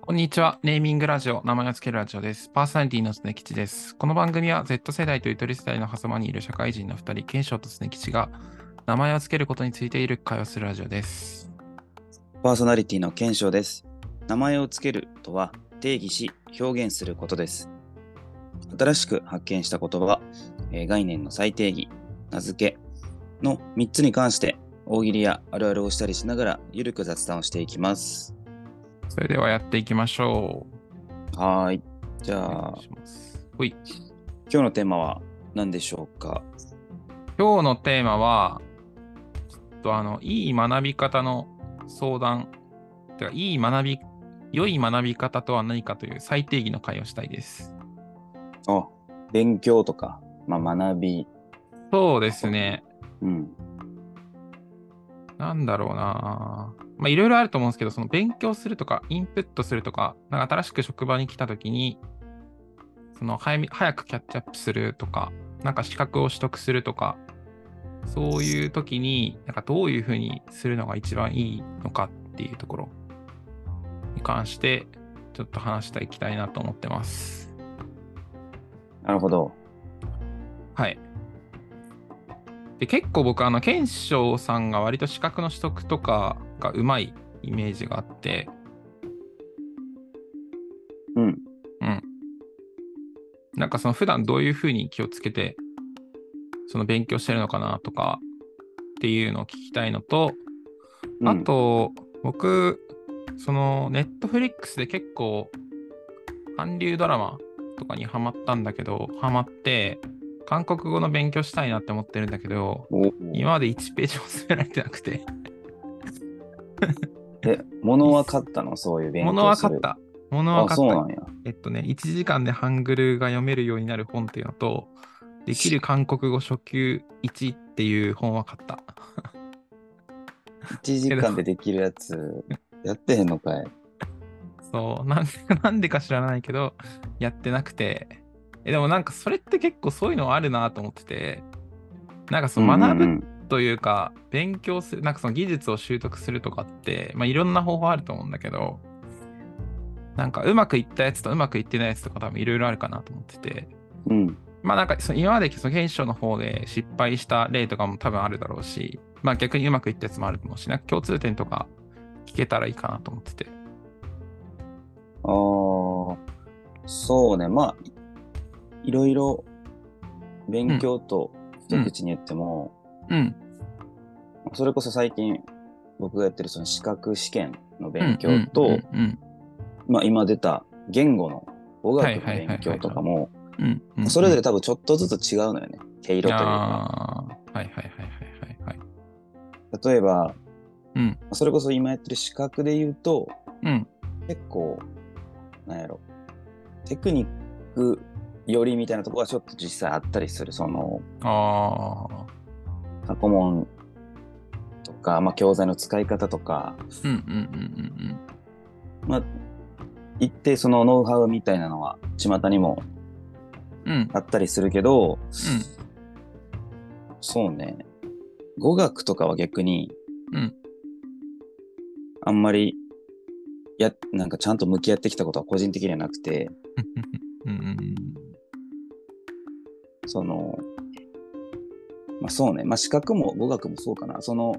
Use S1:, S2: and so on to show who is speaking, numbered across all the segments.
S1: こんにちは。ネーミングラジオ、名前をつけるラジオです。パーソナリティの常吉です。この番組は Z 世代とゆとり世代の狭間にいる社会人の2人、賢章と常吉が名前をつけることについている会話するラジオです。
S2: パーソナリティの検証です。名前をつけるとは定義し表現することです。新しく発見した言葉、えー概念の再定義、名付けの3つに関して大喜利やあるあるをしたりしながらゆるく雑談をしていきます。
S1: それではやっていきましょう。
S2: はーい。じゃ
S1: お
S2: あ
S1: 願いしますほい
S2: 今日のテーマは何でしょうか
S1: 今日のテーマは、ちょっとあの、いい学び方の相談、てか、いい学び、良い学び方とは何かという最定義の会をしたいです。
S2: あ、勉強とか、まあ、学び。
S1: そうですね。
S2: うん。
S1: なんだろうなぁまあ、いろいろあると思うんですけど、その勉強するとか、インプットするとか、なんか新しく職場に来た時に、その早め早くキャッチアップするとか、なんか資格を取得するとか、そういう時に、なんかどういうふうにするのが一番いいのかっていうところに関して、ちょっと話していきたいなと思ってます。
S2: なるほど。
S1: はい。で結構僕、あの、賢章さんが割と資格の取得とかがうまいイメージがあって、
S2: うん。
S1: なんかその普段どういうふうに気をつけて、その勉強してるのかなとかっていうのを聞きたいのと、
S2: うん
S1: あ、と、僕、そのネットフリックスで結構、韓流ドラマとかにハマったんだけど、ハマって、韓国語の勉強したいなって思ってるんだけど、
S2: お
S1: 今まで1ページも進められてなくて、
S2: え、物は買ったのそういう勉強する。
S1: 物は買っ。た。物は
S2: あ、
S1: 買
S2: そう
S1: っ
S2: な
S1: た。
S2: んや。
S1: えっとね、1時間でハングルが読めるようになる本っていうのと、できる韓国語初級1っていう本は買った。
S2: 1時間でできるやつやってへんのかい
S1: そう、 なんでなんでか知らないけど、やってなくて。えでもなんかそれって結構そういうのあるなと思ってて、なんかその学ぶ
S2: ぶ
S1: というか、勉強する、なんかその技術を習得するとかって、まあいろんな方法あると思うんだけど、なんかうまくいったやつとうまくいってないやつとか多分いろいろあるかなと思ってて、
S2: うん
S1: まあなんかその今までその現象の方で失敗した例とかも多分あるだろうし、まあ逆にうまくいったやつもあると思うし、なんか共通点とか聞けたらいいかなと思ってて。
S2: あーそうねまあいろいろ勉強と一口に言っても、
S1: うん。
S2: それこそ最近僕がやってるその資格試験の勉強と、
S1: うんうん
S2: まあ今出た言語の語学の
S1: はいはいはいはい
S2: 勉強とかも
S1: うんうんうんうん
S2: それぞれ多分ちょっとずつ違うのよね毛色というか
S1: あーはいはいはいはいはいはい。
S2: 例えば、
S1: うん
S2: それこそ今やってる資格で言うと、
S1: うん。
S2: 結構、なんやろ、テクニックよりみたいなところはちょっと実際あったりする。その、
S1: ああ。
S2: 過去問とか、まあ、教材の使い方とか、
S1: うんうんうん
S2: まあ、一定そのノウハウみたいなのは、巷にも
S1: うんうん。うん。
S2: あったりするけど、そうね、語学とかは逆に、
S1: うん
S2: あんまり、や、なんかちゃんと向き合ってきたことは個人的にはなくて、
S1: うん。うんうん
S2: その、まあそうね、まあ資格も語学もそうかな。その、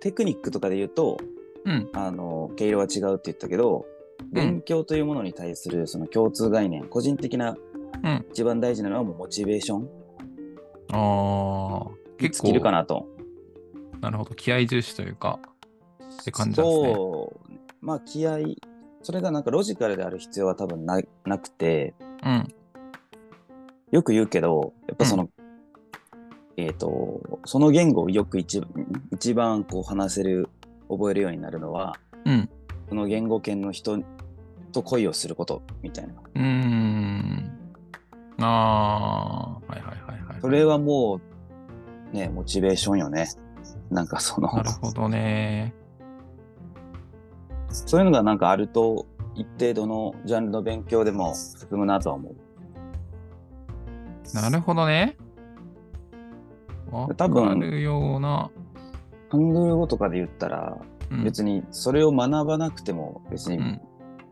S2: テクニックとかで言うと、
S1: うん。
S2: あの、毛色は違うって言ったけど、勉強というものに対するその共通概念、個人的な、
S1: うん
S2: 一番大事なのはもうモチベーション。
S1: ああ。結
S2: 尽きるか
S1: 構、
S2: なと。
S1: なるほど。気合重視というか、って感じなんですね。
S2: そう、まあ気合い、それがなんかロジカルである必要は多分ななくて、
S1: うん。
S2: よく言うけど、やっぱその、えっ、と、その言語をよく一一番こう話せる、覚えるようになるのは、
S1: うん。
S2: その言語圏の人と恋をすることみたいな。
S1: うーん。ああ、はいはいはいはい。
S2: それはもう、ね、モチベーションよね。なんかその、
S1: なるほどね。
S2: そういうのがなんかあると、一定度のジャンルの勉強でも進むなとは思
S1: なるほどね。わ
S2: 多分
S1: かるような。
S2: う。ハングル語とかで言ったら、
S1: うん
S2: 別にそれを学ばなくても別
S1: う
S2: に
S1: ん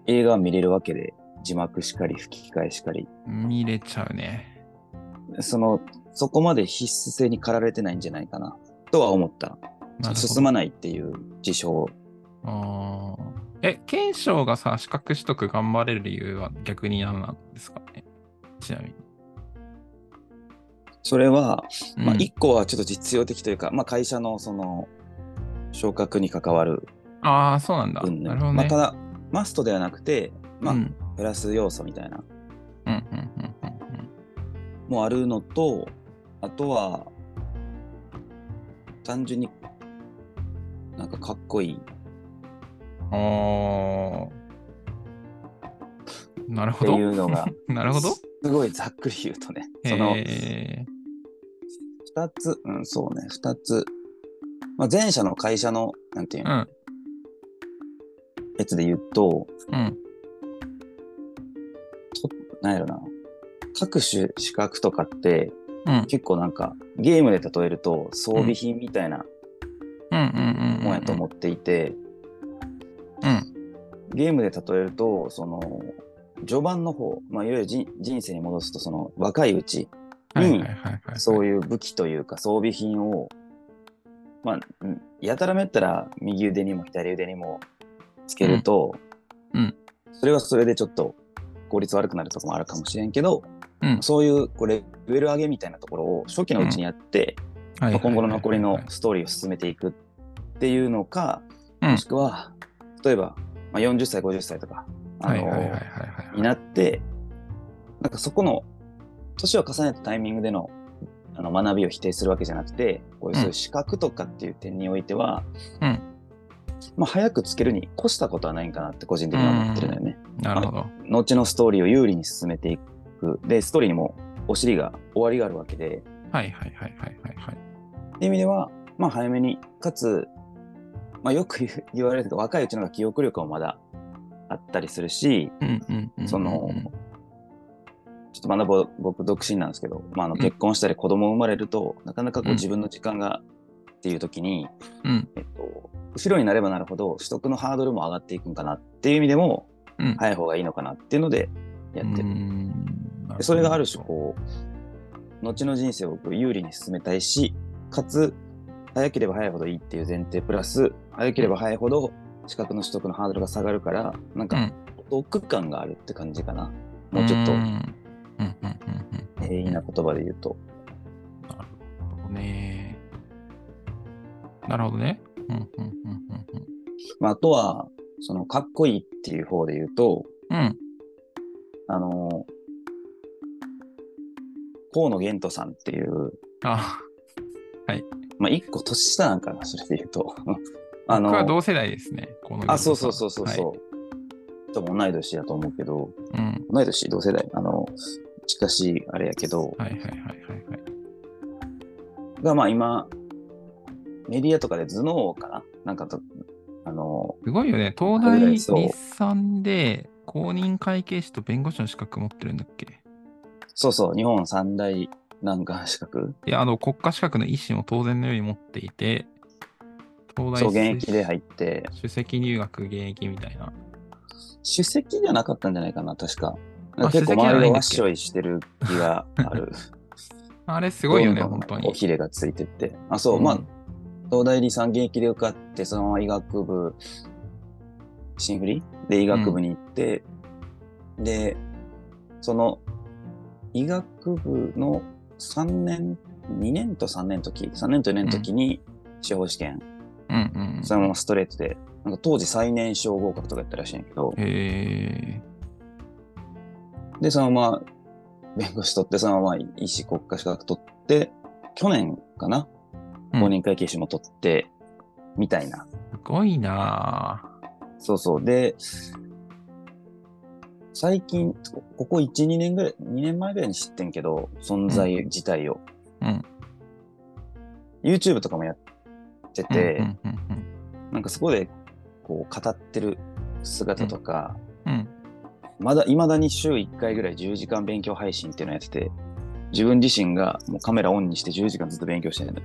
S2: 映画は見れるわけで、字幕しかり吹き替えしかり、
S1: 見れちゃうね。
S2: その、そこまで必須性に駆られてないんじゃないかな、とは思った。
S1: なるほど
S2: 進まないっていう事象。
S1: あーえ、賢章がさ、資格取得頑張れる理由は逆に何なんですかねちなみに。
S2: それは、まあ、
S1: うん
S2: 一個はちょっと実用的というか、まあ、会社のその、昇格に関わる
S1: ああ、そうなんだ。
S2: 云
S1: なる
S2: 々
S1: ほど
S2: まあ、
S1: ね。
S2: ただ、マストではなくて、まあ
S1: うん、
S2: プラス要素みたいな、
S1: うん、うん、うんうん
S2: もあるのと、あとは、単純に、なんかかっこいい。
S1: うん。おーなるほど。
S2: っていうのが
S1: なるほど
S2: す。ごいざっくり言うとね、その、
S1: え
S2: 二つ、うん、そうね、二つ。まあ、前者の会社の、なんていう
S1: ー、
S2: の、やつで言うと、
S1: うん、うん。
S2: なんやろな。各種資格とかって、
S1: うん、
S2: 結構なんか、ゲームで例えると、装備品みたいな
S1: うん、うん、うん。
S2: もんやと思っていて、
S1: うん。
S2: ゲームで例えると、その、序盤の方、まあ、いわゆる人人生に戻すと、その、若いうち
S1: はいはい
S2: に
S1: はい、はい。
S2: そう
S1: う。
S2: いう武器というか装備品を、まあ、うんやたらめったら右腕にも左腕にもつけると、
S1: うんうん
S2: それはそれでちょっと効率悪くなるとこもあるかもしれんけど、
S1: うん
S2: そういうこれレベル上げみたいなところを初期のうちにやって、
S1: はいはいはい
S2: まあ今後の残りのストーリーを進めていくっていうのか、
S1: うん
S2: もしくは例えば、まあ、40歳50歳とか、あ
S1: はい
S2: の
S1: はいはいはいはい
S2: になって、なんかそこの、年を重ねたタイミングでのあの学びを否定するわけじゃなくて、こういうそういう資格とかっていう点においては、
S1: うん
S2: まあ、早くつけるに越したことはないんかなって個人的には思ってるんだよね。
S1: なるほど。
S2: 後のストーリーを有利に進めていく。で、ストーリーにもお尻が終わりがあるわけで、
S1: はいはいはいはいはいはい。
S2: っていう意味では、まあ早めに、かつ、まあよく言う言われるけど、若いうちの方が記憶力もまだあったりするし、
S1: うんうんうんうんうん。
S2: その、ちょっとまだぼ僕独身なんですけど、まあ、あの
S1: うん
S2: 結婚したり子供生まれると、なかなかこ
S1: う
S2: うん自分の時間がっていう時に、
S1: うん
S2: えっと、後ろになればなるほど取得のハードルも上がっていくんかなっていう意味でも
S1: うん。
S2: 早い方がいいのかなっていうのでやって
S1: うー
S2: る。
S1: ん
S2: でそれがある種こう後の人生をこう有利に進めたいしかつ早ければ早いほどいいっていう前提プラス早ければ早いほど資格の取得のハードルが下がるからなん
S1: う
S2: か
S1: ん
S2: 得感があるって感じかな。
S1: なるほど
S2: もうちょっと
S1: ーんうんうんうんうん
S2: 平易な言葉で言うと。
S1: なるほどね。なるほどね。うんうんうん
S2: まあ、あとは、その、かっこいいっていう方で言うと、
S1: うんうん。
S2: あの、河野玄斗さんっていう、
S1: あ、
S2: まあ、一個年下なんかな、それで言うと。 あ
S1: 僕は
S2: の、
S1: 同世代ですね。この
S2: あ、そうそうそうそうそう。
S1: は
S2: 多分同い年だと思うけど、
S1: いうん。
S2: 同い年、同世代、あの、しかし、あれやけど、
S1: はいはいはいはいはい。
S2: が、まあ今、メディアとかで頭脳かななんかと、あの、
S1: すごいよね。東
S2: ぐら
S1: 大
S2: いそう
S1: 日産で公認会計士と弁護士の資格持ってるんだっけ
S2: そうそう、日本三大難関資格
S1: いや、あの、国家資格の意思も当然のように持っていて、東大
S2: そう、現役で入って、
S1: 首席入学現役みたいな。
S2: 主席じゃなかったんじゃないかな、確か。
S1: あ
S2: 結構
S1: 首席じゃ
S2: 周
S1: ない
S2: りが
S1: んだ
S2: わ
S1: っ
S2: っ
S1: け
S2: しょいしてる気があ る。
S1: あれす
S2: す
S1: ごい よね、本当に。
S2: おひれがついてって。あ、そう、まあ、東大理産現役で受かって、そのまま医学部、新振りで医学部に行って、で、その、医学部の3年、2年と3年の時、3年と4年の時に、司法試験、
S1: うんうんうん。
S2: そのままストレートで、なんか当時最年少合格とかやったらしいんやけど、
S1: へ
S2: で、そのまま弁護士取って、そのまま医師国家資格取って、去年かな
S1: うん
S2: 公認会計士も取って、みたいな。
S1: ー、すごいな
S2: そうそう。で、最近、ここ1、2年ぐらい、2年前ぐらいに知ってんけど、存在自体を。
S1: うん。
S2: YouTube とかもやって
S1: ぁ。
S2: て、
S1: うんうんうん
S2: なんかそこで、こう、語ってる姿とか、
S1: うんうん
S2: まだ、いまだに週1回ぐらい10時間勉強配信っていうのやってて、自分自身がもうカメラオンにして10時間ずっと勉強してるんだ。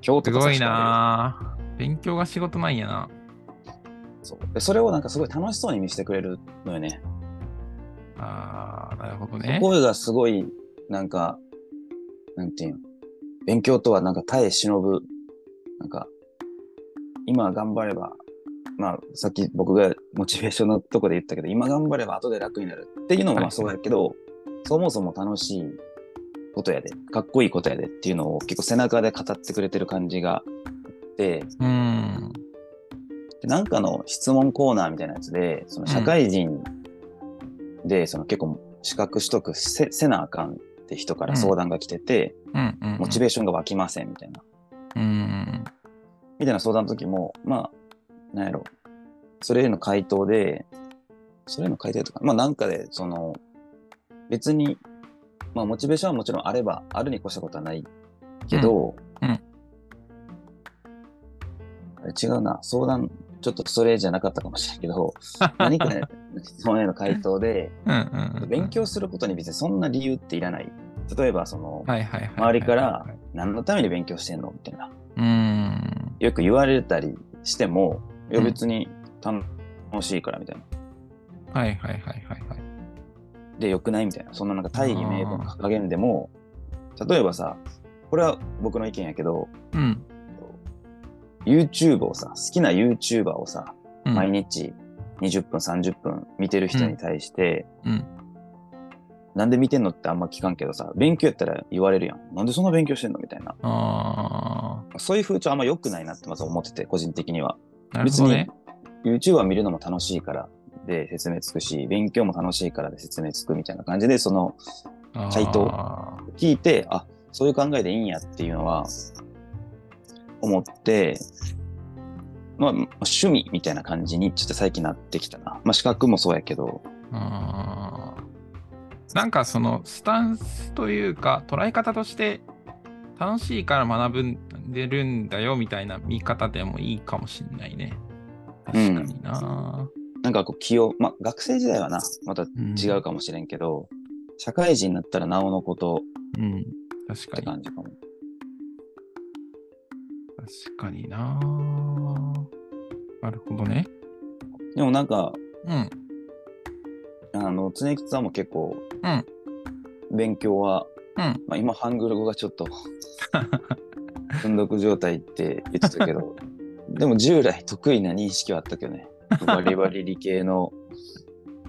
S2: 今日
S1: す
S2: とか
S1: ご
S2: さ
S1: いなぁ。勉強が仕事なんやな。
S2: そうでそれをなんかすごい楽しそうに見せてくれるのよね。
S1: あー、なるほど
S2: そ
S1: ね。
S2: こがすごい、なんか、なんていうの勉強とはなんか耐え忍ぶ、なんか、今頑張れば、まあ、さっき僕がモチベーションのとこで言ったけど、今頑張れば後で楽になるっていうのもま
S1: は
S2: あ
S1: い
S2: そうやけど、そもそも楽しいことやで、かっこいいことやでっていうのを結構背中で語ってくれてる感じがあって、
S1: うん。
S2: でなんかの質問コーナーみたいなやつで、その社会人で、その結構資格取得せせなあかんって人から相談が来てて、
S1: うんうん。
S2: モチベーションが湧きませんみたいな、
S1: うん。
S2: みたいな相談の時も、まあ、なんやろ、それへの回答で、それへの回答とか、まあなんかで、その、別に、まあモチベーションはもちろんあれば、あるに越したことはないけど、
S1: うんうん
S2: あれ違うな、相談、ちょっとそれじゃなかったかもしれないけど、 何かね質問への回答で、
S1: うんうんうん。
S2: 勉強することに別にそんな理由っていらない。例えば、その、
S1: はいはいはいはい。
S2: 周りから、何のために勉強してんのみたいな。
S1: うん。
S2: よく言われたりしても、いや
S1: うん
S2: 別に楽しいからみたいな。
S1: はいはいはいはいはい。
S2: で、良くないみたいな。そんななんか大義名分掲げんでも、例えばさ、これは僕の意見やけど、
S1: うん。
S2: YouTube をさ、好きな YouTuber をさ、
S1: うん
S2: 毎日20分、30分見てる人に対して、
S1: うん
S2: なんで見てんのってあんま聞かんけどさ、勉強やったら言われるやん。なんでそんな勉強してんのみたいな。
S1: あ
S2: そういう風潮あんま良くないなってまず思ってて、個人的には。
S1: ー、なるほどね。
S2: YouTuber 見るのも楽しいからで説明つくし、勉強も楽しいからで説明つくみたいな感じで、その、回答
S1: あ
S2: 聞いて、あ、そういう考えでいいんやっていうのは、思って、まあ、趣味みたいな感じにちょっと最近なってきたな。まあ、資格もそうやけど、
S1: ーあーなんかそのスタンスというか捉え方として楽しいから学ぶんでるんだよみたいな見方でもいいかもしんないね。確かにな、
S2: なんかこう気を、まあ学生時代はな、また
S1: うん
S2: 違うかもしれんけど、社会人になったらなおのこと
S1: うん。確
S2: って
S1: かに。
S2: 感じかも。
S1: 確かにななるほどね。
S2: でもなんか、
S1: うん。
S2: あの、常吉さんも結構、
S1: うん
S2: 勉強は、
S1: うん。
S2: まあ今ハングル語がちょ っと、ふんどく状態って言ってた けど、でも従来得意な認識はあったけどね。バリバリ理系の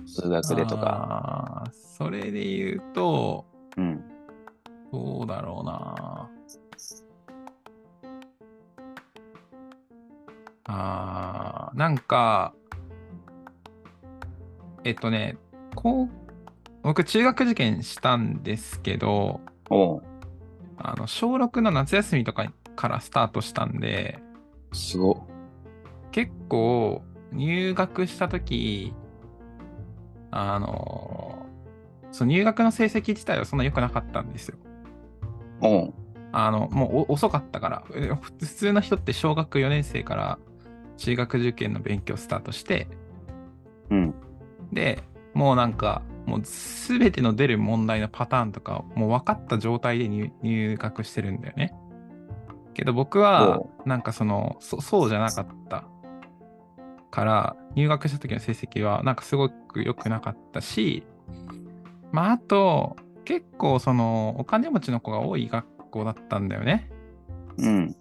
S2: 数学でとか。
S1: か。それで言うと、
S2: うん。
S1: どうだろうな。あーなんか、えっとね、こう、僕、中学受験したんですけど、
S2: おう
S1: あの小6の夏休みとかからスタートしたんで、
S2: すごっ。
S1: 結構入学した時あのその入学の成績自体はそんな良くなかったんですよ。
S2: おう
S1: あのもうお遅かったからえ普通の人って小学4年生から中学受験の勉強スタートして
S2: うん。
S1: でもうなんかもう全ての出る問題のパターンとかもう分かった状態で入入学してるんだよね。けど僕は
S2: お
S1: なんかそのそそうじゃなかったから入学した時の成績はなんかすごく良くなかったしまああと結構そのお金持ちの子が多い学校だったんだよね。
S2: うん。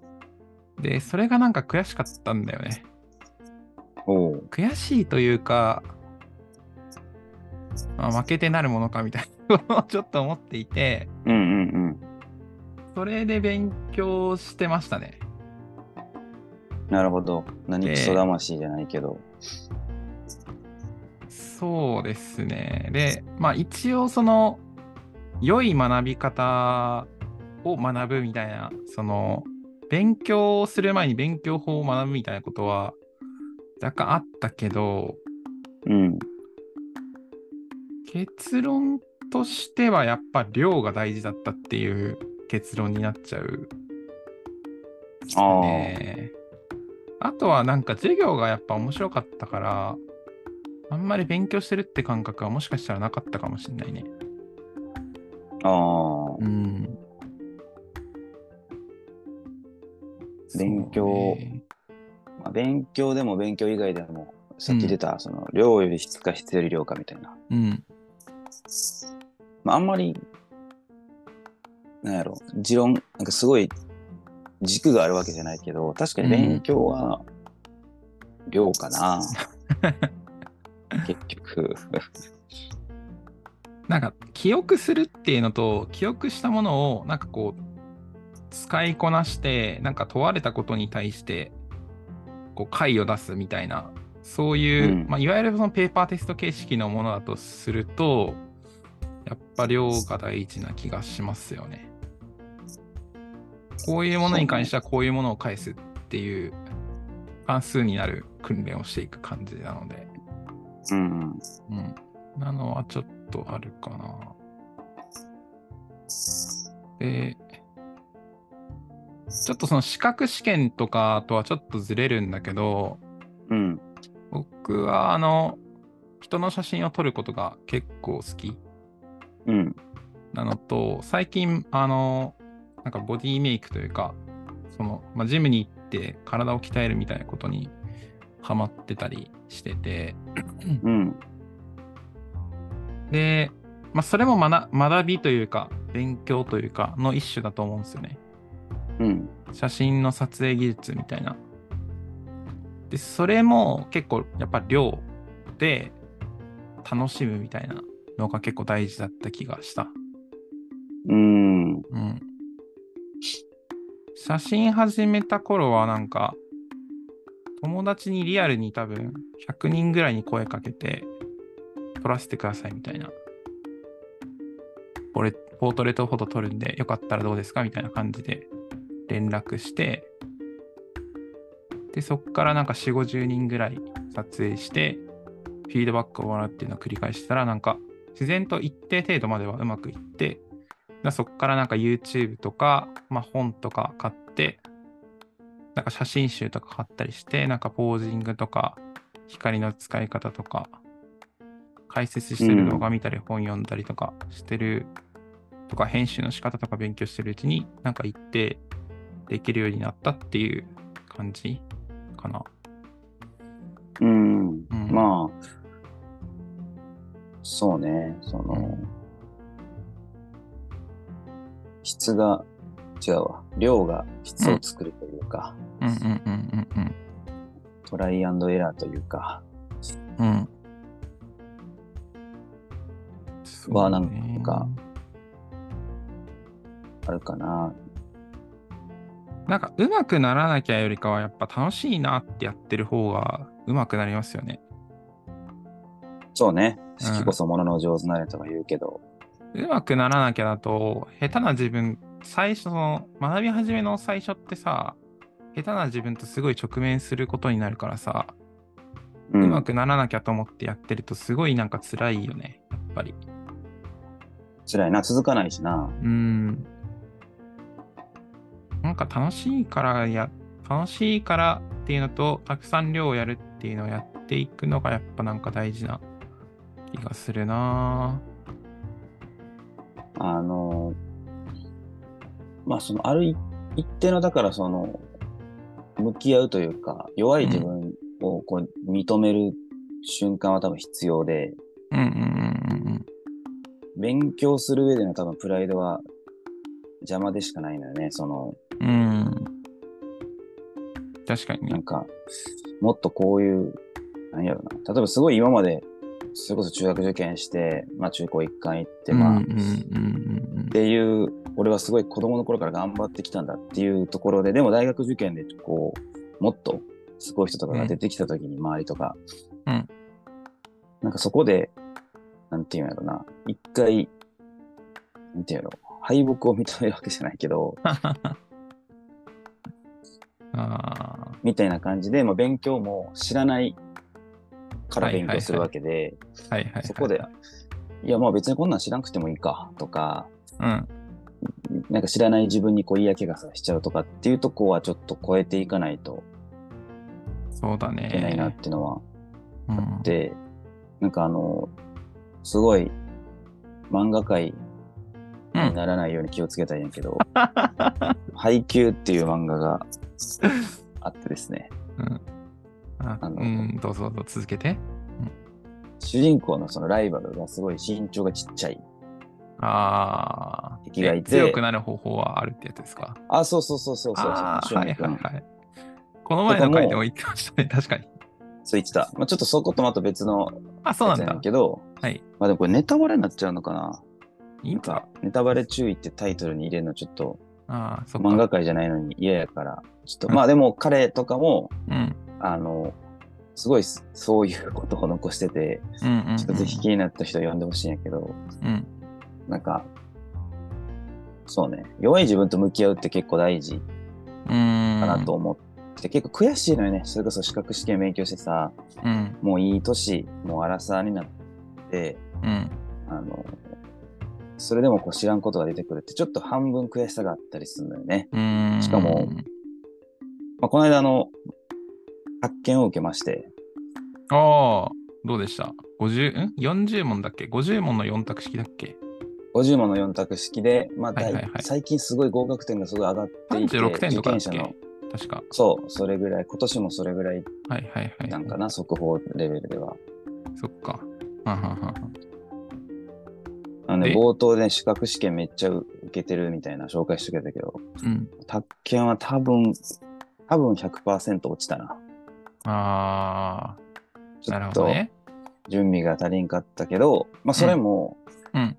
S1: でそれがなんか悔しかったんだよね。
S2: おう
S1: 悔しいというか、まあ、負けてなるものかみたいなことをちょっと思っていて、
S2: うんうん
S1: それで勉強してましたね。
S2: うん。なるほど。何
S1: で
S2: クソ魂じゃないけど。
S1: そうですね。で、まあ一応その、良い学び方を学ぶみたいな、その、勉強をする前に勉強法を学ぶみたいなことは、若干あったけど、
S2: うん。
S1: 結論としてはやっぱ量が大事だったっていう結論になっちゃう
S2: ああ。
S1: ね。あとはなんか授業がやっぱ面白かったから、あんまり勉強してるって感覚はもしかしたらなかったかもしれないね。
S2: ああ。
S1: うん。
S2: 勉強
S1: そうね
S2: 勉強でも勉強以外でも、さっき出た、その、量より質か質より量かみたいな。
S1: うん。
S2: まあ、あんまり、なんやろ、持論、なんかすごい軸があるわけじゃないけど、確かに勉強は量かな。結局。
S1: なんか、記憶するっていうのと、記憶したものを、なんかこう、使いこなして、なんか問われたことに対して、こう、解を出すみたいな、そういう、
S2: うん
S1: まあ、いわゆるそのペーパーテスト形式のものだとすると、やっぱ量が大事な気がしますよね。こういうものに関しては、こういうものを返すっていう、関数になる訓練をしていく感じなので。
S2: うん。
S1: うん。なのはちょっとあるかな。で、ちょっとその資格試験とかとはちょっとずれるんだけど、
S2: うん。
S1: 僕はあの、人の写真を撮ることが結構好き
S2: うん。
S1: なのと、最近、あの、なんかボディメイクというか、その、まあ、ジムに行って体を鍛えるみたいなことにハマってたりしてて、
S2: うん。
S1: で、まあ、それも学学びというか、勉強というか、の一種だと思うんですよね。
S2: うん。
S1: 写真の撮影技術みたいな。で、それも結構、やっぱ量で楽しむみたいなのが結構大事だった気がした。
S2: うん。
S1: うん。写真始めた頃はなんか、友達にリアルに多分100人ぐらいに声かけて、撮らせてくださいみたいな。これ、ポートレートフォト撮るんで、よかったらどうですかみたいな感じで連絡して、で、そっからなんか4、50人ぐらい撮影して、フィードバックをもらうっていうのを繰り返したら、なんか自然と一定程度まではうまくいって、だそっからなんか YouTube とか、まあ、本とか買って、なんか写真集とか買ったりして、なんかポージングとか、光の使い方とか、解説してる動画見たり本読んだりとかしてる、とか編集の仕方とか勉強してるうちに、なんか一定できるようになったっていう感じかな。
S2: うん。
S1: うん
S2: まあ、そうね。その、質が、違うわ。量が質を作るというか、
S1: うんうんうんうん
S2: トライアンドエラーというか、
S1: うん。うん。
S2: はなんかあるかな。
S1: なんか上手くならなきゃよりかはやっぱ楽しいなってやってる方が上手くなりますよね。
S2: そうね。
S1: うん
S2: 好きこそものの上手なれとは言うけど、
S1: 上手くならなきゃだと下手な自分最初の学び始めの最初ってさ下手な自分とすごい直面することになるからさ、
S2: う
S1: うんまくならなきゃと思ってやってるとすごいなんか辛いよねやっぱり。
S2: 辛いな。続かないしな。
S1: うん。なんか楽しいからや、楽しいからっていうのと、たくさん量をやるっていうのをやっていくのがやっぱなんか大事な気がするな
S2: あの、まあ、その、ある一一定の、だから、その、向き合うというか、弱い自分をこう認める瞬間は多分必要で、
S1: ぁうんうんうん
S2: 勉強する上での多分プライドは邪魔でしかないのよね。その、
S1: うんうん。うん。確かに
S2: な
S1: ね
S2: ん。か、もっとこういう、なんやろな。例えばすごい今まで、それこそ中学受験して、まあ中高一貫行って、まあ、
S1: うんうんうん
S2: っていう、俺はすごい子供の頃から頑張ってきたんだっていうところで、でも大学受験でこう、もっとすごい人とかが出てきた時に周りとか、
S1: うん
S2: なんかそこで、なんていうんやろな、一回、なんていうんやろ、敗北を認めるわけじゃない けど、
S1: うん。ああ、
S2: みたいな感じで、まあ、勉強も知らないから
S1: はいはい
S2: 勉
S1: はい
S2: 強するわけで、い
S1: はいはいはい。
S2: そこでや、まあ別にこんなん知らなくてもいいかとか、
S1: うん。
S2: なんか知らない自分にこう嫌気がさしちゃうとかっていうとこはちょっと超えていかないと
S1: そうだ
S2: いけないなっ
S1: ね。
S2: ていうのは、
S1: うん
S2: で、なんかあの、すごい漫画界にならないように気をつけたいんやけど、配給っていう漫画があってですね、
S1: うんあ
S2: あの
S1: うん、どうぞどうぞ続けて。
S2: 主人公のそのライバルがすごい身長がちっちゃい。
S1: ああ。
S2: 敵がいて
S1: 強くなる方法はあるってやつですか。
S2: あ、そうそうそうそうそうそう。
S1: ああ、
S2: 俊
S1: はい
S2: 也
S1: は
S2: 君
S1: いはい。この前の回でも言ってましたね、 確かに。
S2: そう言ってた。まあ、ちょっとそことまた別の
S1: あ、そう
S2: や
S1: なん
S2: つやね
S1: だ
S2: ん。けど、
S1: はい。
S2: まあでもこれネタバレになっちゃうのかな。
S1: いい
S2: なん
S1: か
S2: か。、ネタバレ注意ってタイトルに入れるのちょっと
S1: ああ、そっか。
S2: 漫画界じゃないのに嫌やから、ちょっと、
S1: うん
S2: まあでも彼とかも、
S1: うん。
S2: あの、すごいすそういうことを残してて、
S1: うんうん、うん。
S2: ちょっとぜひ気になった人呼んでほしいんやけど、
S1: うん。
S2: なんか、そうね、弱い自分と向き合うって結構大事
S1: うーん。
S2: かなと。思って、結構悔しいのよね。それこそ資格試験勉強してさ、
S1: うん。
S2: もういい年、もうアラサーになって、
S1: うん。
S2: あの、それでもこう知らんことが出てくるって、ちょっと半分悔しさがあったりするのよね。
S1: うーん。
S2: しかも、まあ、この間、あの、発見を受けまして、
S1: ああ、どうでした ?50、ん ?40 問だっけ ?50 問の4択式だっけ
S2: 50問の4択式で、まあ、
S1: はいはい
S2: 第
S1: はい
S2: 最近すごい合格点がすごい上がっていて、
S1: 36点とかだっ
S2: 受験者の
S1: け、確か。
S2: そう、それぐらい、今年もそれぐらい
S1: はいはいはい。
S2: なんかな、速報レベルでは。
S1: そっか。はんはんはんはん
S2: あのね
S1: で
S2: 冒頭で資格試験めっちゃ受けてるみたいな紹介してくれたけど、
S1: うん。
S2: 卓研は多分、多分100%落ちたな。
S1: ああ、
S2: ちょ
S1: なる
S2: っ
S1: ほど
S2: と
S1: ね。
S2: 準備が足りんかったけど、まあそれも、
S1: うん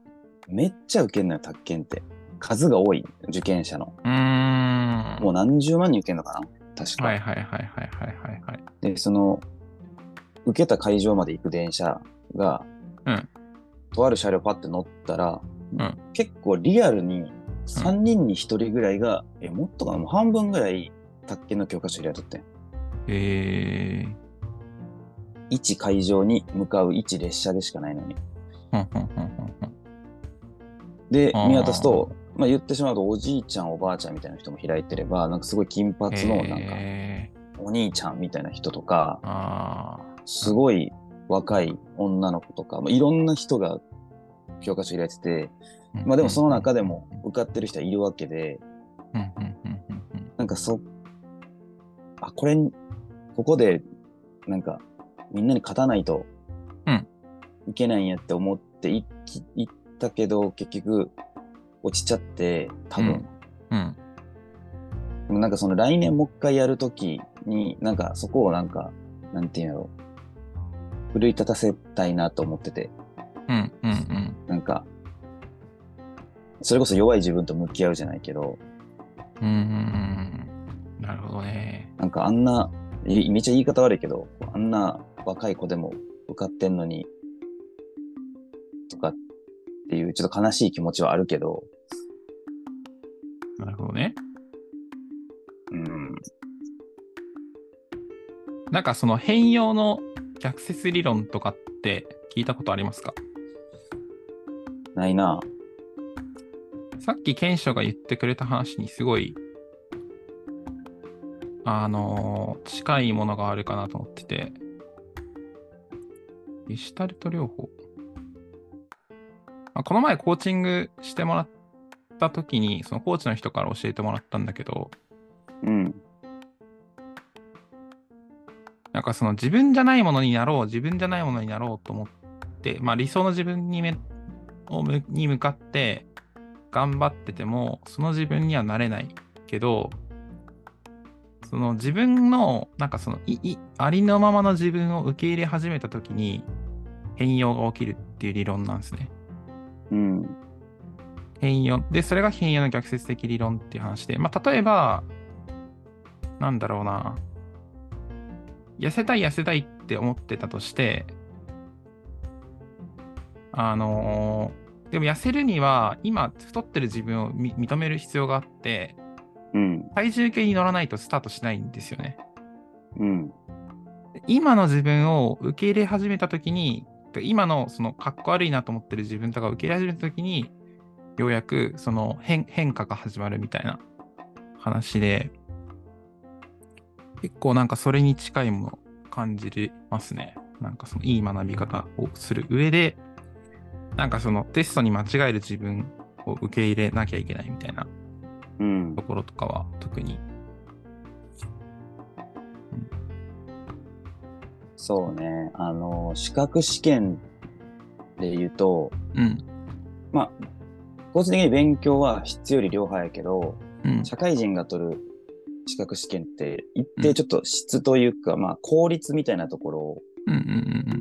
S2: めっちゃ受けんのよ、卓研って。数が多い、受験者の。
S1: うーん。
S2: もう何十万人受けんのかな確か。
S1: はいはいはいはいはいはいはい。
S2: で、その、受けた会場まで行く電車が、
S1: うん
S2: とある車両パッて乗ったら、
S1: ん
S2: 結構リアルに3人に1人ぐらいが、え、もっとかなもう半分ぐらい、卓球の教科書入れとってん。
S1: えー。
S2: 一会場に向かう一列車でしかないのに。
S1: ほんほんほんほんほん
S2: で
S1: あー、
S2: 見渡すと、まあ言ってしまうと、おじいちゃん、おばあちゃんみたいな人も開いてれば、なんかすごい金髪の、なんか、
S1: えー
S2: お兄ちゃんみたいな人とか、
S1: ああ。
S2: すごい若い女の子とか、まあ、いろんな人が教科書入れてて、まあでもその中でも受かってる人はいるわけで、
S1: うんうんうんうんうん
S2: なんかそ、あ、これ、ここで、なんか、みんなに勝たないと
S1: うん、
S2: いけないんやって思っていき行ったけど、結局、落ちちゃって、多分。
S1: うん。うん。
S2: でもなんかその来年もう一回やるときに、なんかそこをなんか、なんていうんやろう、奮い立たせたいなと思ってて。
S1: うんうんうん。
S2: なんか、それこそ弱い自分と向き合うじゃないけど、
S1: うんうんうん。なるほどね。
S2: なんかあんな、いめっちゃ言い方悪いけど、あんな若い子でも受かってんのに、とかっていう、ちょっと悲しい気持ちはあるけど、
S1: なるほどね。
S2: うん、
S1: なんかその変容の逆説理論とかって聞いたことありますか
S2: ないな。
S1: さっき賢秀が言ってくれた話にすごい、あのー近いものがあるかなと思ってて、ゲシュタルト療法。あこの前コーチングしてもらった時に、そのコーチの人から教えてもらったんだけど、
S2: うん、
S1: なんかその自分じゃないものになろう、自分じゃないものになろうと思って、まあ理想の自分にめをむに向かって頑張ってても、その自分にはなれないけど、その自分の、なんかそのいい、ありのままの自分を受け入れ始めた時に変容が起きるっていう理論なんですね。
S2: うん、
S1: 変容。で、それが変容の逆説的理論っていう話で、まあ、例えば、なんだろうな、痩せたい痩せたいって思ってたとして、あのーでも痩せるには、今、太ってる自分をみ認める必要があって、
S2: うん、
S1: 体重計に乗らないとスタートしないんですよね。
S2: うん、
S1: 今の自分を受け入れ始めたときに、今のそのかっこ悪いなと思ってる自分とかを受け入れ始めたときに、ようやくその変変化が始まるみたいな話で、結構なんかそれに近いもの感じれますね。なんかそのいい学び方をする上で、なんかそのテストに間違える自分を受け入れなきゃいけないみたいな
S2: うん
S1: と。ころとかは特に。
S2: そうね。あの、資格試験で言うと、
S1: うん。
S2: まあ、個人的に勉強は質より量派やけど、
S1: うん。
S2: 社会人が取る資格試験って、一定ちょっと質というか、まあ、効率みたいなところ
S1: うんうん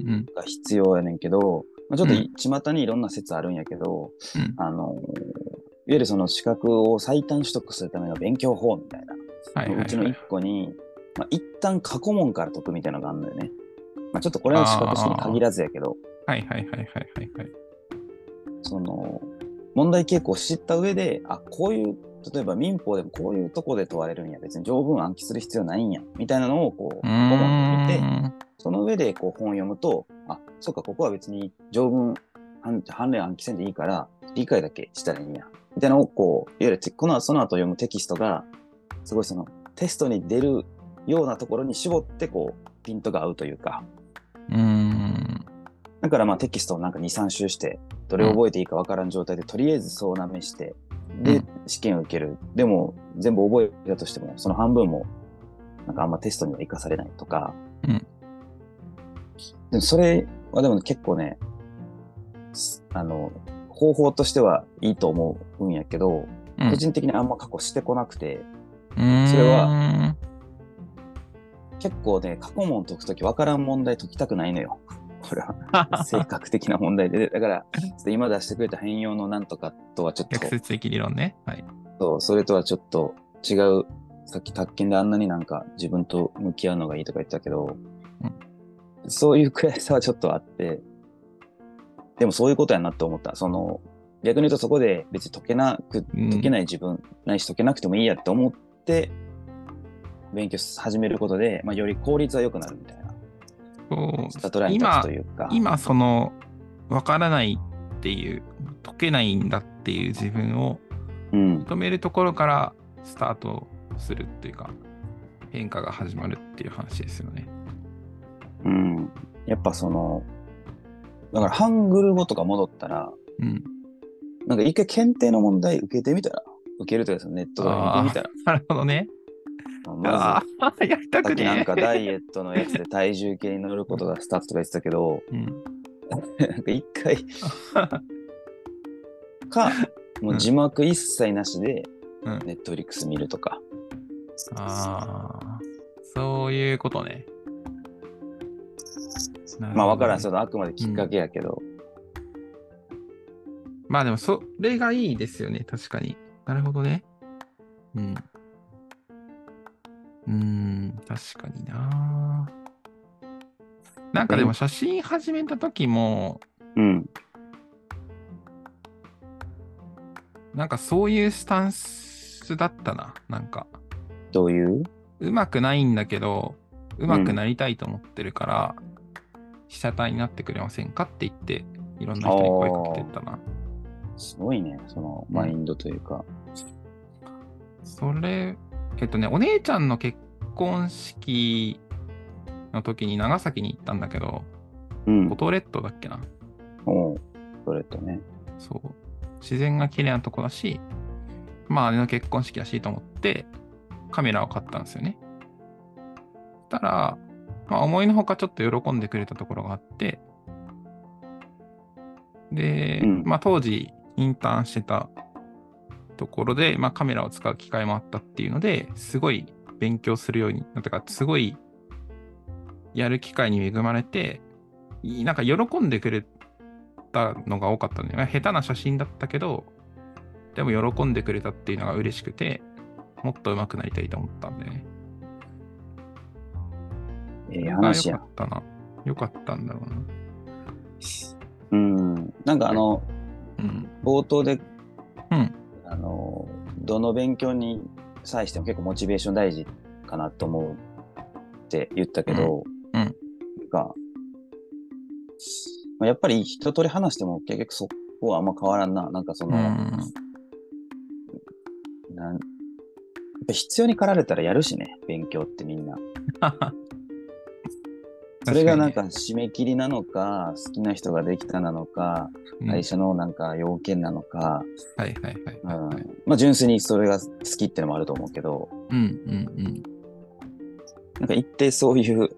S1: うんうん
S2: が必要やねんけど、まあ、ちょっとい、
S1: う
S2: 巷にいろんな説あるんやけど、
S1: うん
S2: あの、いわゆるその資格を最短取得するための勉強法みたいな、
S1: はいはいはいう
S2: ちの一個に、まあ、一旦過去問から解くみたいなのがあるのよね。まあ、ちょっとこれは資格試験に限らずやけど、
S1: はいはいはいはいはいはい。
S2: その問題傾向を知った上で、あ、こういう、例えば民法でもこういうとこで問われるんや、別に条文暗記する必要ないんや、みたいなのをこう、
S1: う
S2: 過去問で見て、
S1: ーん。
S2: その上でこう本を読むと、あ、そっか、ここは別に条文、判判例暗記せんでいいから、理解だけしたらいいんや。みたいなのをこう、いわゆるテこのその後読むテキストが、すごいそのテストに出るようなところに絞ってこう、ピントが合うというか、
S1: うーん。
S2: だからまあテキストをなんか2、3周して、どれを覚えていいかわからん状態で、とりあえずそうなめして、
S1: う
S2: で
S1: ん、
S2: 試験を受ける。でも、全部覚えたとしても、その半分も、なんかあんまテストには活かされないとか。
S1: うん
S2: でもそれはでも結構ね、すあの、方法としてはいいと思うんやけど、
S1: うん
S2: 個人的にあんま過去してこなくて、
S1: うーん
S2: それは。結構ね、過去問解くときわからん問題解きたくないのよ。これは。性格的な問題で、だから、ちょっと今出してくれた変容のなんとかとはちょっと
S1: 逆、説的理論ね。はい。
S2: そうそれとはちょっと違う、さっき宅建であんなになんか自分と向き合うのがいいとか言ってたけど、そういう悔しさはちょっとあって、でもそういうことやなって思った。その、逆に言うとそこで別に解けなく、
S1: うん
S2: 解けない自分、ないし解けなくてもいいやって思って、勉強し始めることで、まあ、より効率は良くなるみたいな、
S1: そう
S2: スタートラインに立つというか。
S1: 今その分からないっていう解けないんだっていう自分を
S2: うん、
S1: 認めるところからスタートするっていうか変化が始まるっていう話ですよね。
S2: うん、やっぱその、だからハングル語とか戻ったら、
S1: うん。
S2: なんか一回検定の問題受けてみたら、受けるというかそのネットとかで見てみた
S1: な
S2: ら、
S1: るほどね。
S2: ま
S1: ああ、やりた
S2: ず、
S1: く
S2: さっき
S1: ね
S2: なんかダイエットのやつで体重計に乗ることがスタートとか言ってたけど、
S1: うん。
S2: なんか一回 か、もう字幕一切なしで
S1: うん、
S2: ネットフリックス見るとか。
S1: ああ、そういうことね。
S2: まあわからん、
S1: す
S2: そのあくまできっかけやけど、
S1: まあでも、それがいいですよね、確かに。なるほどね。うん。うーん、確かにな。なんかでも写真始めた時も、
S2: うん、
S1: なんかそういうスタンスだったな。なんか、
S2: どういう
S1: うまくないんだけど、うまくなりたいと思ってるから、被写体になってくれませんかって言って、いろんな人に声かけてったな。
S2: すごいね、そのマインドというか。
S1: それ、えっとね、お姉ちゃんの結婚式の時に長崎に行ったんだけど、
S2: うん
S1: 五、島列島だっけな。
S2: おうそれとね。
S1: そう。自然が綺麗なとこだし、まあ姉の結婚式らしいと思って、カメラを買ったんですよね。そしたら、まあ思いのほかちょっと喜んでくれたところがあって、で、
S2: うん
S1: まあ当時インターンしてたところで、まあカメラを使う機会もあったっていうので、すごい勉強するように、なんていうか、すごいやる機会に恵まれて、いなんか喜んでくれたのが多かったのね。下手な写真だったけど、でも喜んでくれたっていうのが嬉しくて、もっと上手くなりたいと思ったんでね。
S2: ええ話
S1: あ
S2: や
S1: よか。ったな。よかったんだろうな。
S2: うん。なんかあの、
S1: うん。
S2: 冒頭で、
S1: うん
S2: あの、どの勉強に際しても結構モチベーション大事かなと思うって言ったけど、
S1: うんうん
S2: なんか、まあやっぱり一通り話しても結局そこはあんま変わらんな。なんかそ
S1: うん。
S2: の、なんやっぱ必要に駆られたらやるしね、勉強ってみんな。 それがなんか締め切りなのか、好きな人ができたなのか、
S1: うん、はい
S2: 会社のなんか要件なのか、
S1: はいはいはい
S2: うん
S1: はい。
S2: まあ純粋にそれが好きってのもあると思うけど、
S1: うんうんうん。
S2: なんか一定そういう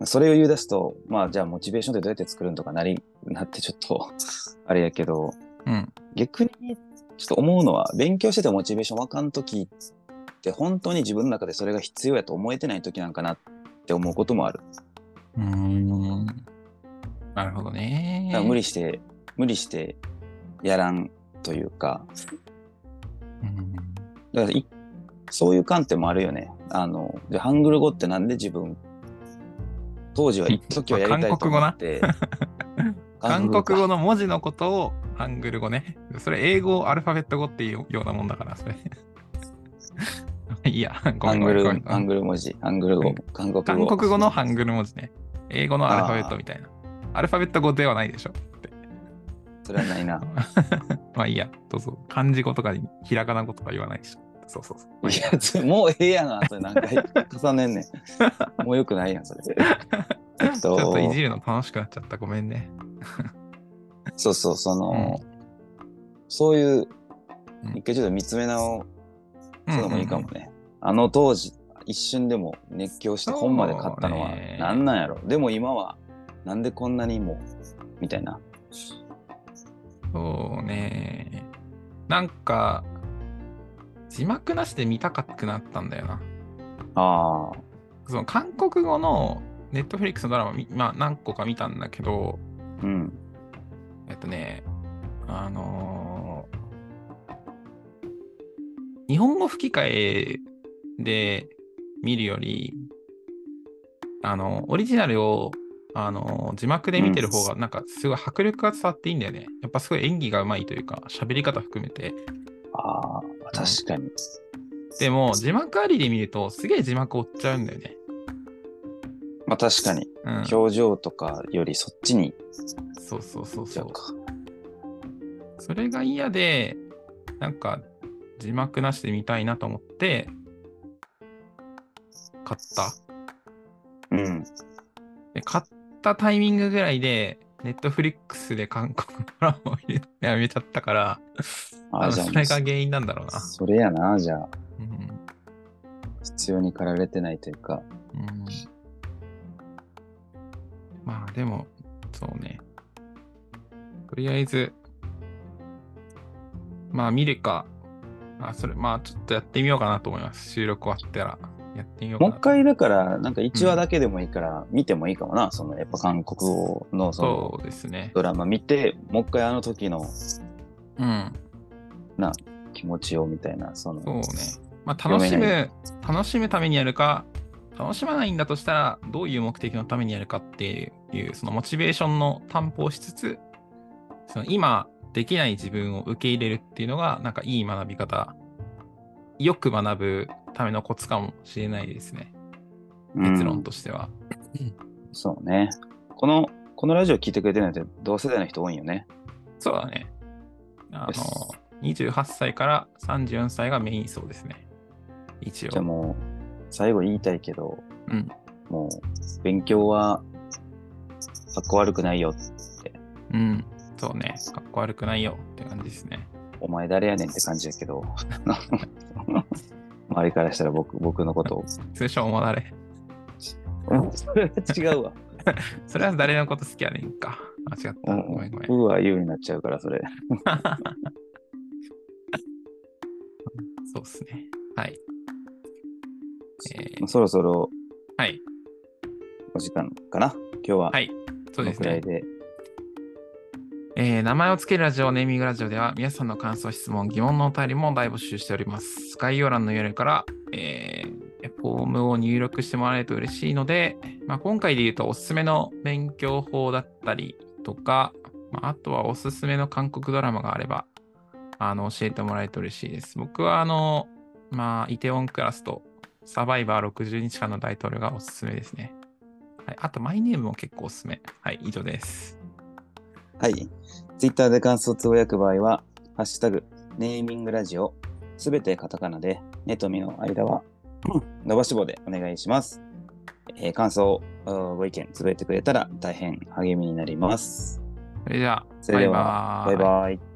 S2: まあそれを言い出すと、まあじゃあモチベーションってどうやって作るんとかなり、 なってちょっと、あれやけど、
S1: うん。
S2: 逆にちょっと思うのは、勉強しててモチベーションわかんときって、本当に自分の中でそれが必要やと思えてないときなんかなって思うこともある。
S1: うーん。なるほどね
S2: だから。無理して、無理してやらんというか、
S1: うん。
S2: だからいそういう観点もあるよね。あの、でハングル語ってなんで自分、当時は一時はやりたいと思って。
S1: 韓国語
S2: の。
S1: の文字のことをハングル語ね。それ英語をアルファベット語っていうようなもんだから、そ れ。いいや、ご
S2: ハ
S1: めん
S2: ン
S1: ご
S2: グ
S1: めん
S2: ル
S1: ご
S2: 語
S1: めん、
S2: ハングル文字、ハングル語
S1: うん、
S2: 韓国語。
S1: 韓国語のハングル文字ね。英語のアルファベットみたいな。アルファベット語ではないでしょ。
S2: それはないな。
S1: まあいいや、どうぞ。漢字語とかにひらがな語とか言わないでしょ。そうそうそう。まあいい
S2: い
S1: や
S2: や、つもうええやな、それ何回重ねんね ん。もうよくないやん、それ。えっ
S1: ちょっといじ
S2: と、
S1: るの楽しくなっちゃった。ごめんね。
S2: そうそう、その、そうい
S1: う、
S2: う
S1: ん
S2: 一回ちょっと見つめ直
S1: うん
S2: すのもいいかもね。あの当時、一瞬でも熱狂して本まで買ったのは
S1: そうね
S2: 何なんやろ。でも今は、なんでこんなにも、みたいな。
S1: そうね。なんか、字幕なしで見たかくなったんだよな。
S2: ああ、
S1: その韓国語のネットフリックスのドラマみ、まあ、何個か見たんだけど、
S2: うん。
S1: えっとね、あのー日本語吹き替えで見るより、あの、オリジナルを、あの字幕で見てる方が、なんかすごい迫力が伝わっていいんだよね。やっぱすごい演技がうまいというか、喋り方含めて。
S2: ああ、確かに。
S1: でも、字幕ありで見ると、すげえ字幕追っちゃうんだよね。
S2: まあ確かに、
S1: うん。
S2: 表情とかよりそっちに行
S1: そうそうそう
S2: っち
S1: そ
S2: ゃ
S1: う
S2: う。か。
S1: それが嫌で、なんか字幕なしで見たいなと思って、買った。
S2: うん。
S1: で、買ったタイミングぐらいで、ネットフリックスで韓国ドラマを入れてやめちゃったから、
S2: あ
S1: 多
S2: あ、
S1: 分
S2: じゃあ
S1: それが原因なんだろうな。
S2: それやな、じゃあ。
S1: うん
S2: 必要に駆られてないというか。
S1: うんまあでも、そうね。とりあえず、まあ見るか、あ、それ、まあちょっとやってみようかなと思います。収録終わったら、やってみようか
S2: もう
S1: な。
S2: 一回だから、なんか1話だけでもいいから、見てもいいかもな。その、やっぱ韓国語のその
S1: そうですね。
S2: ドラマ見て、もう一回あの時の
S1: うん。
S2: 気持ちをみたいな、その。
S1: そうね。まあ楽し
S2: 読めな
S1: む、楽しむためにやるか、楽しまないんだとしたら、どういう目的のためにやるかっていう、そのモチベーションの担保をしつつ、その今できない自分を受け入れるっていうのが、なんかいい学び方、よく学ぶためのコツかもしれないですね。
S2: うん
S1: 結論としては。
S2: そうね。この、このラジオ聞いてくれてるのって同世代の人多いよね。
S1: そうだね。あ
S2: よし
S1: の、28歳から34歳がメイン層ですね。一
S2: じゃあ
S1: 応。
S2: もう、最後言いたいけど、
S1: うん
S2: もう、勉強は、かっこ悪くないよ。
S1: うん。そうね。かっこ悪くないよって感じですね。
S2: お前誰やねんって感じだけど、 周りからしたら僕、僕のことを。
S1: 通称おもだれ。
S2: それは違うわ。
S1: それは誰のこと好きやねんか。あ、違った。ごめんごめん。
S2: うわ、言うになっちゃうから、それ。
S1: そうっすね。はい。え
S2: ま
S1: ー、
S2: あそろそろ
S1: はい。
S2: お時間かな。今日は
S1: はいそ
S2: こ
S1: う
S2: の
S1: です
S2: くら
S1: ね
S2: い。で。
S1: えー名前をつけるラジオ、ネーミングラジオでは、皆さんの感想、質問、疑問のお便りも大募集しております。概要欄の URL から、えーフォームを入力してもらえると嬉しいので、まあ、今回で言うと、おすすめの勉強法だったりとか、まあ、あとはおすすめの韓国ドラマがあれば、あの教えてもらえると嬉しいです。僕は、あの、まあ、イテウォンクラスと、サバイバー60日間の大統領がおすすめですね。はい、あと、マイネームも結構おすすめ。はい、以上です。
S2: はい。Twitter で感想をつぶやく場合は、ハッシュタグ、ネーミングラジオ、すべてカタカナで、ネとミの間は、 伸ばし棒でお願いします。えー感想、うんご意見、つぶやいてくれたら大変励みになります。
S1: それじゃあ、
S2: それでは
S1: バイバーイ
S2: バイバイ。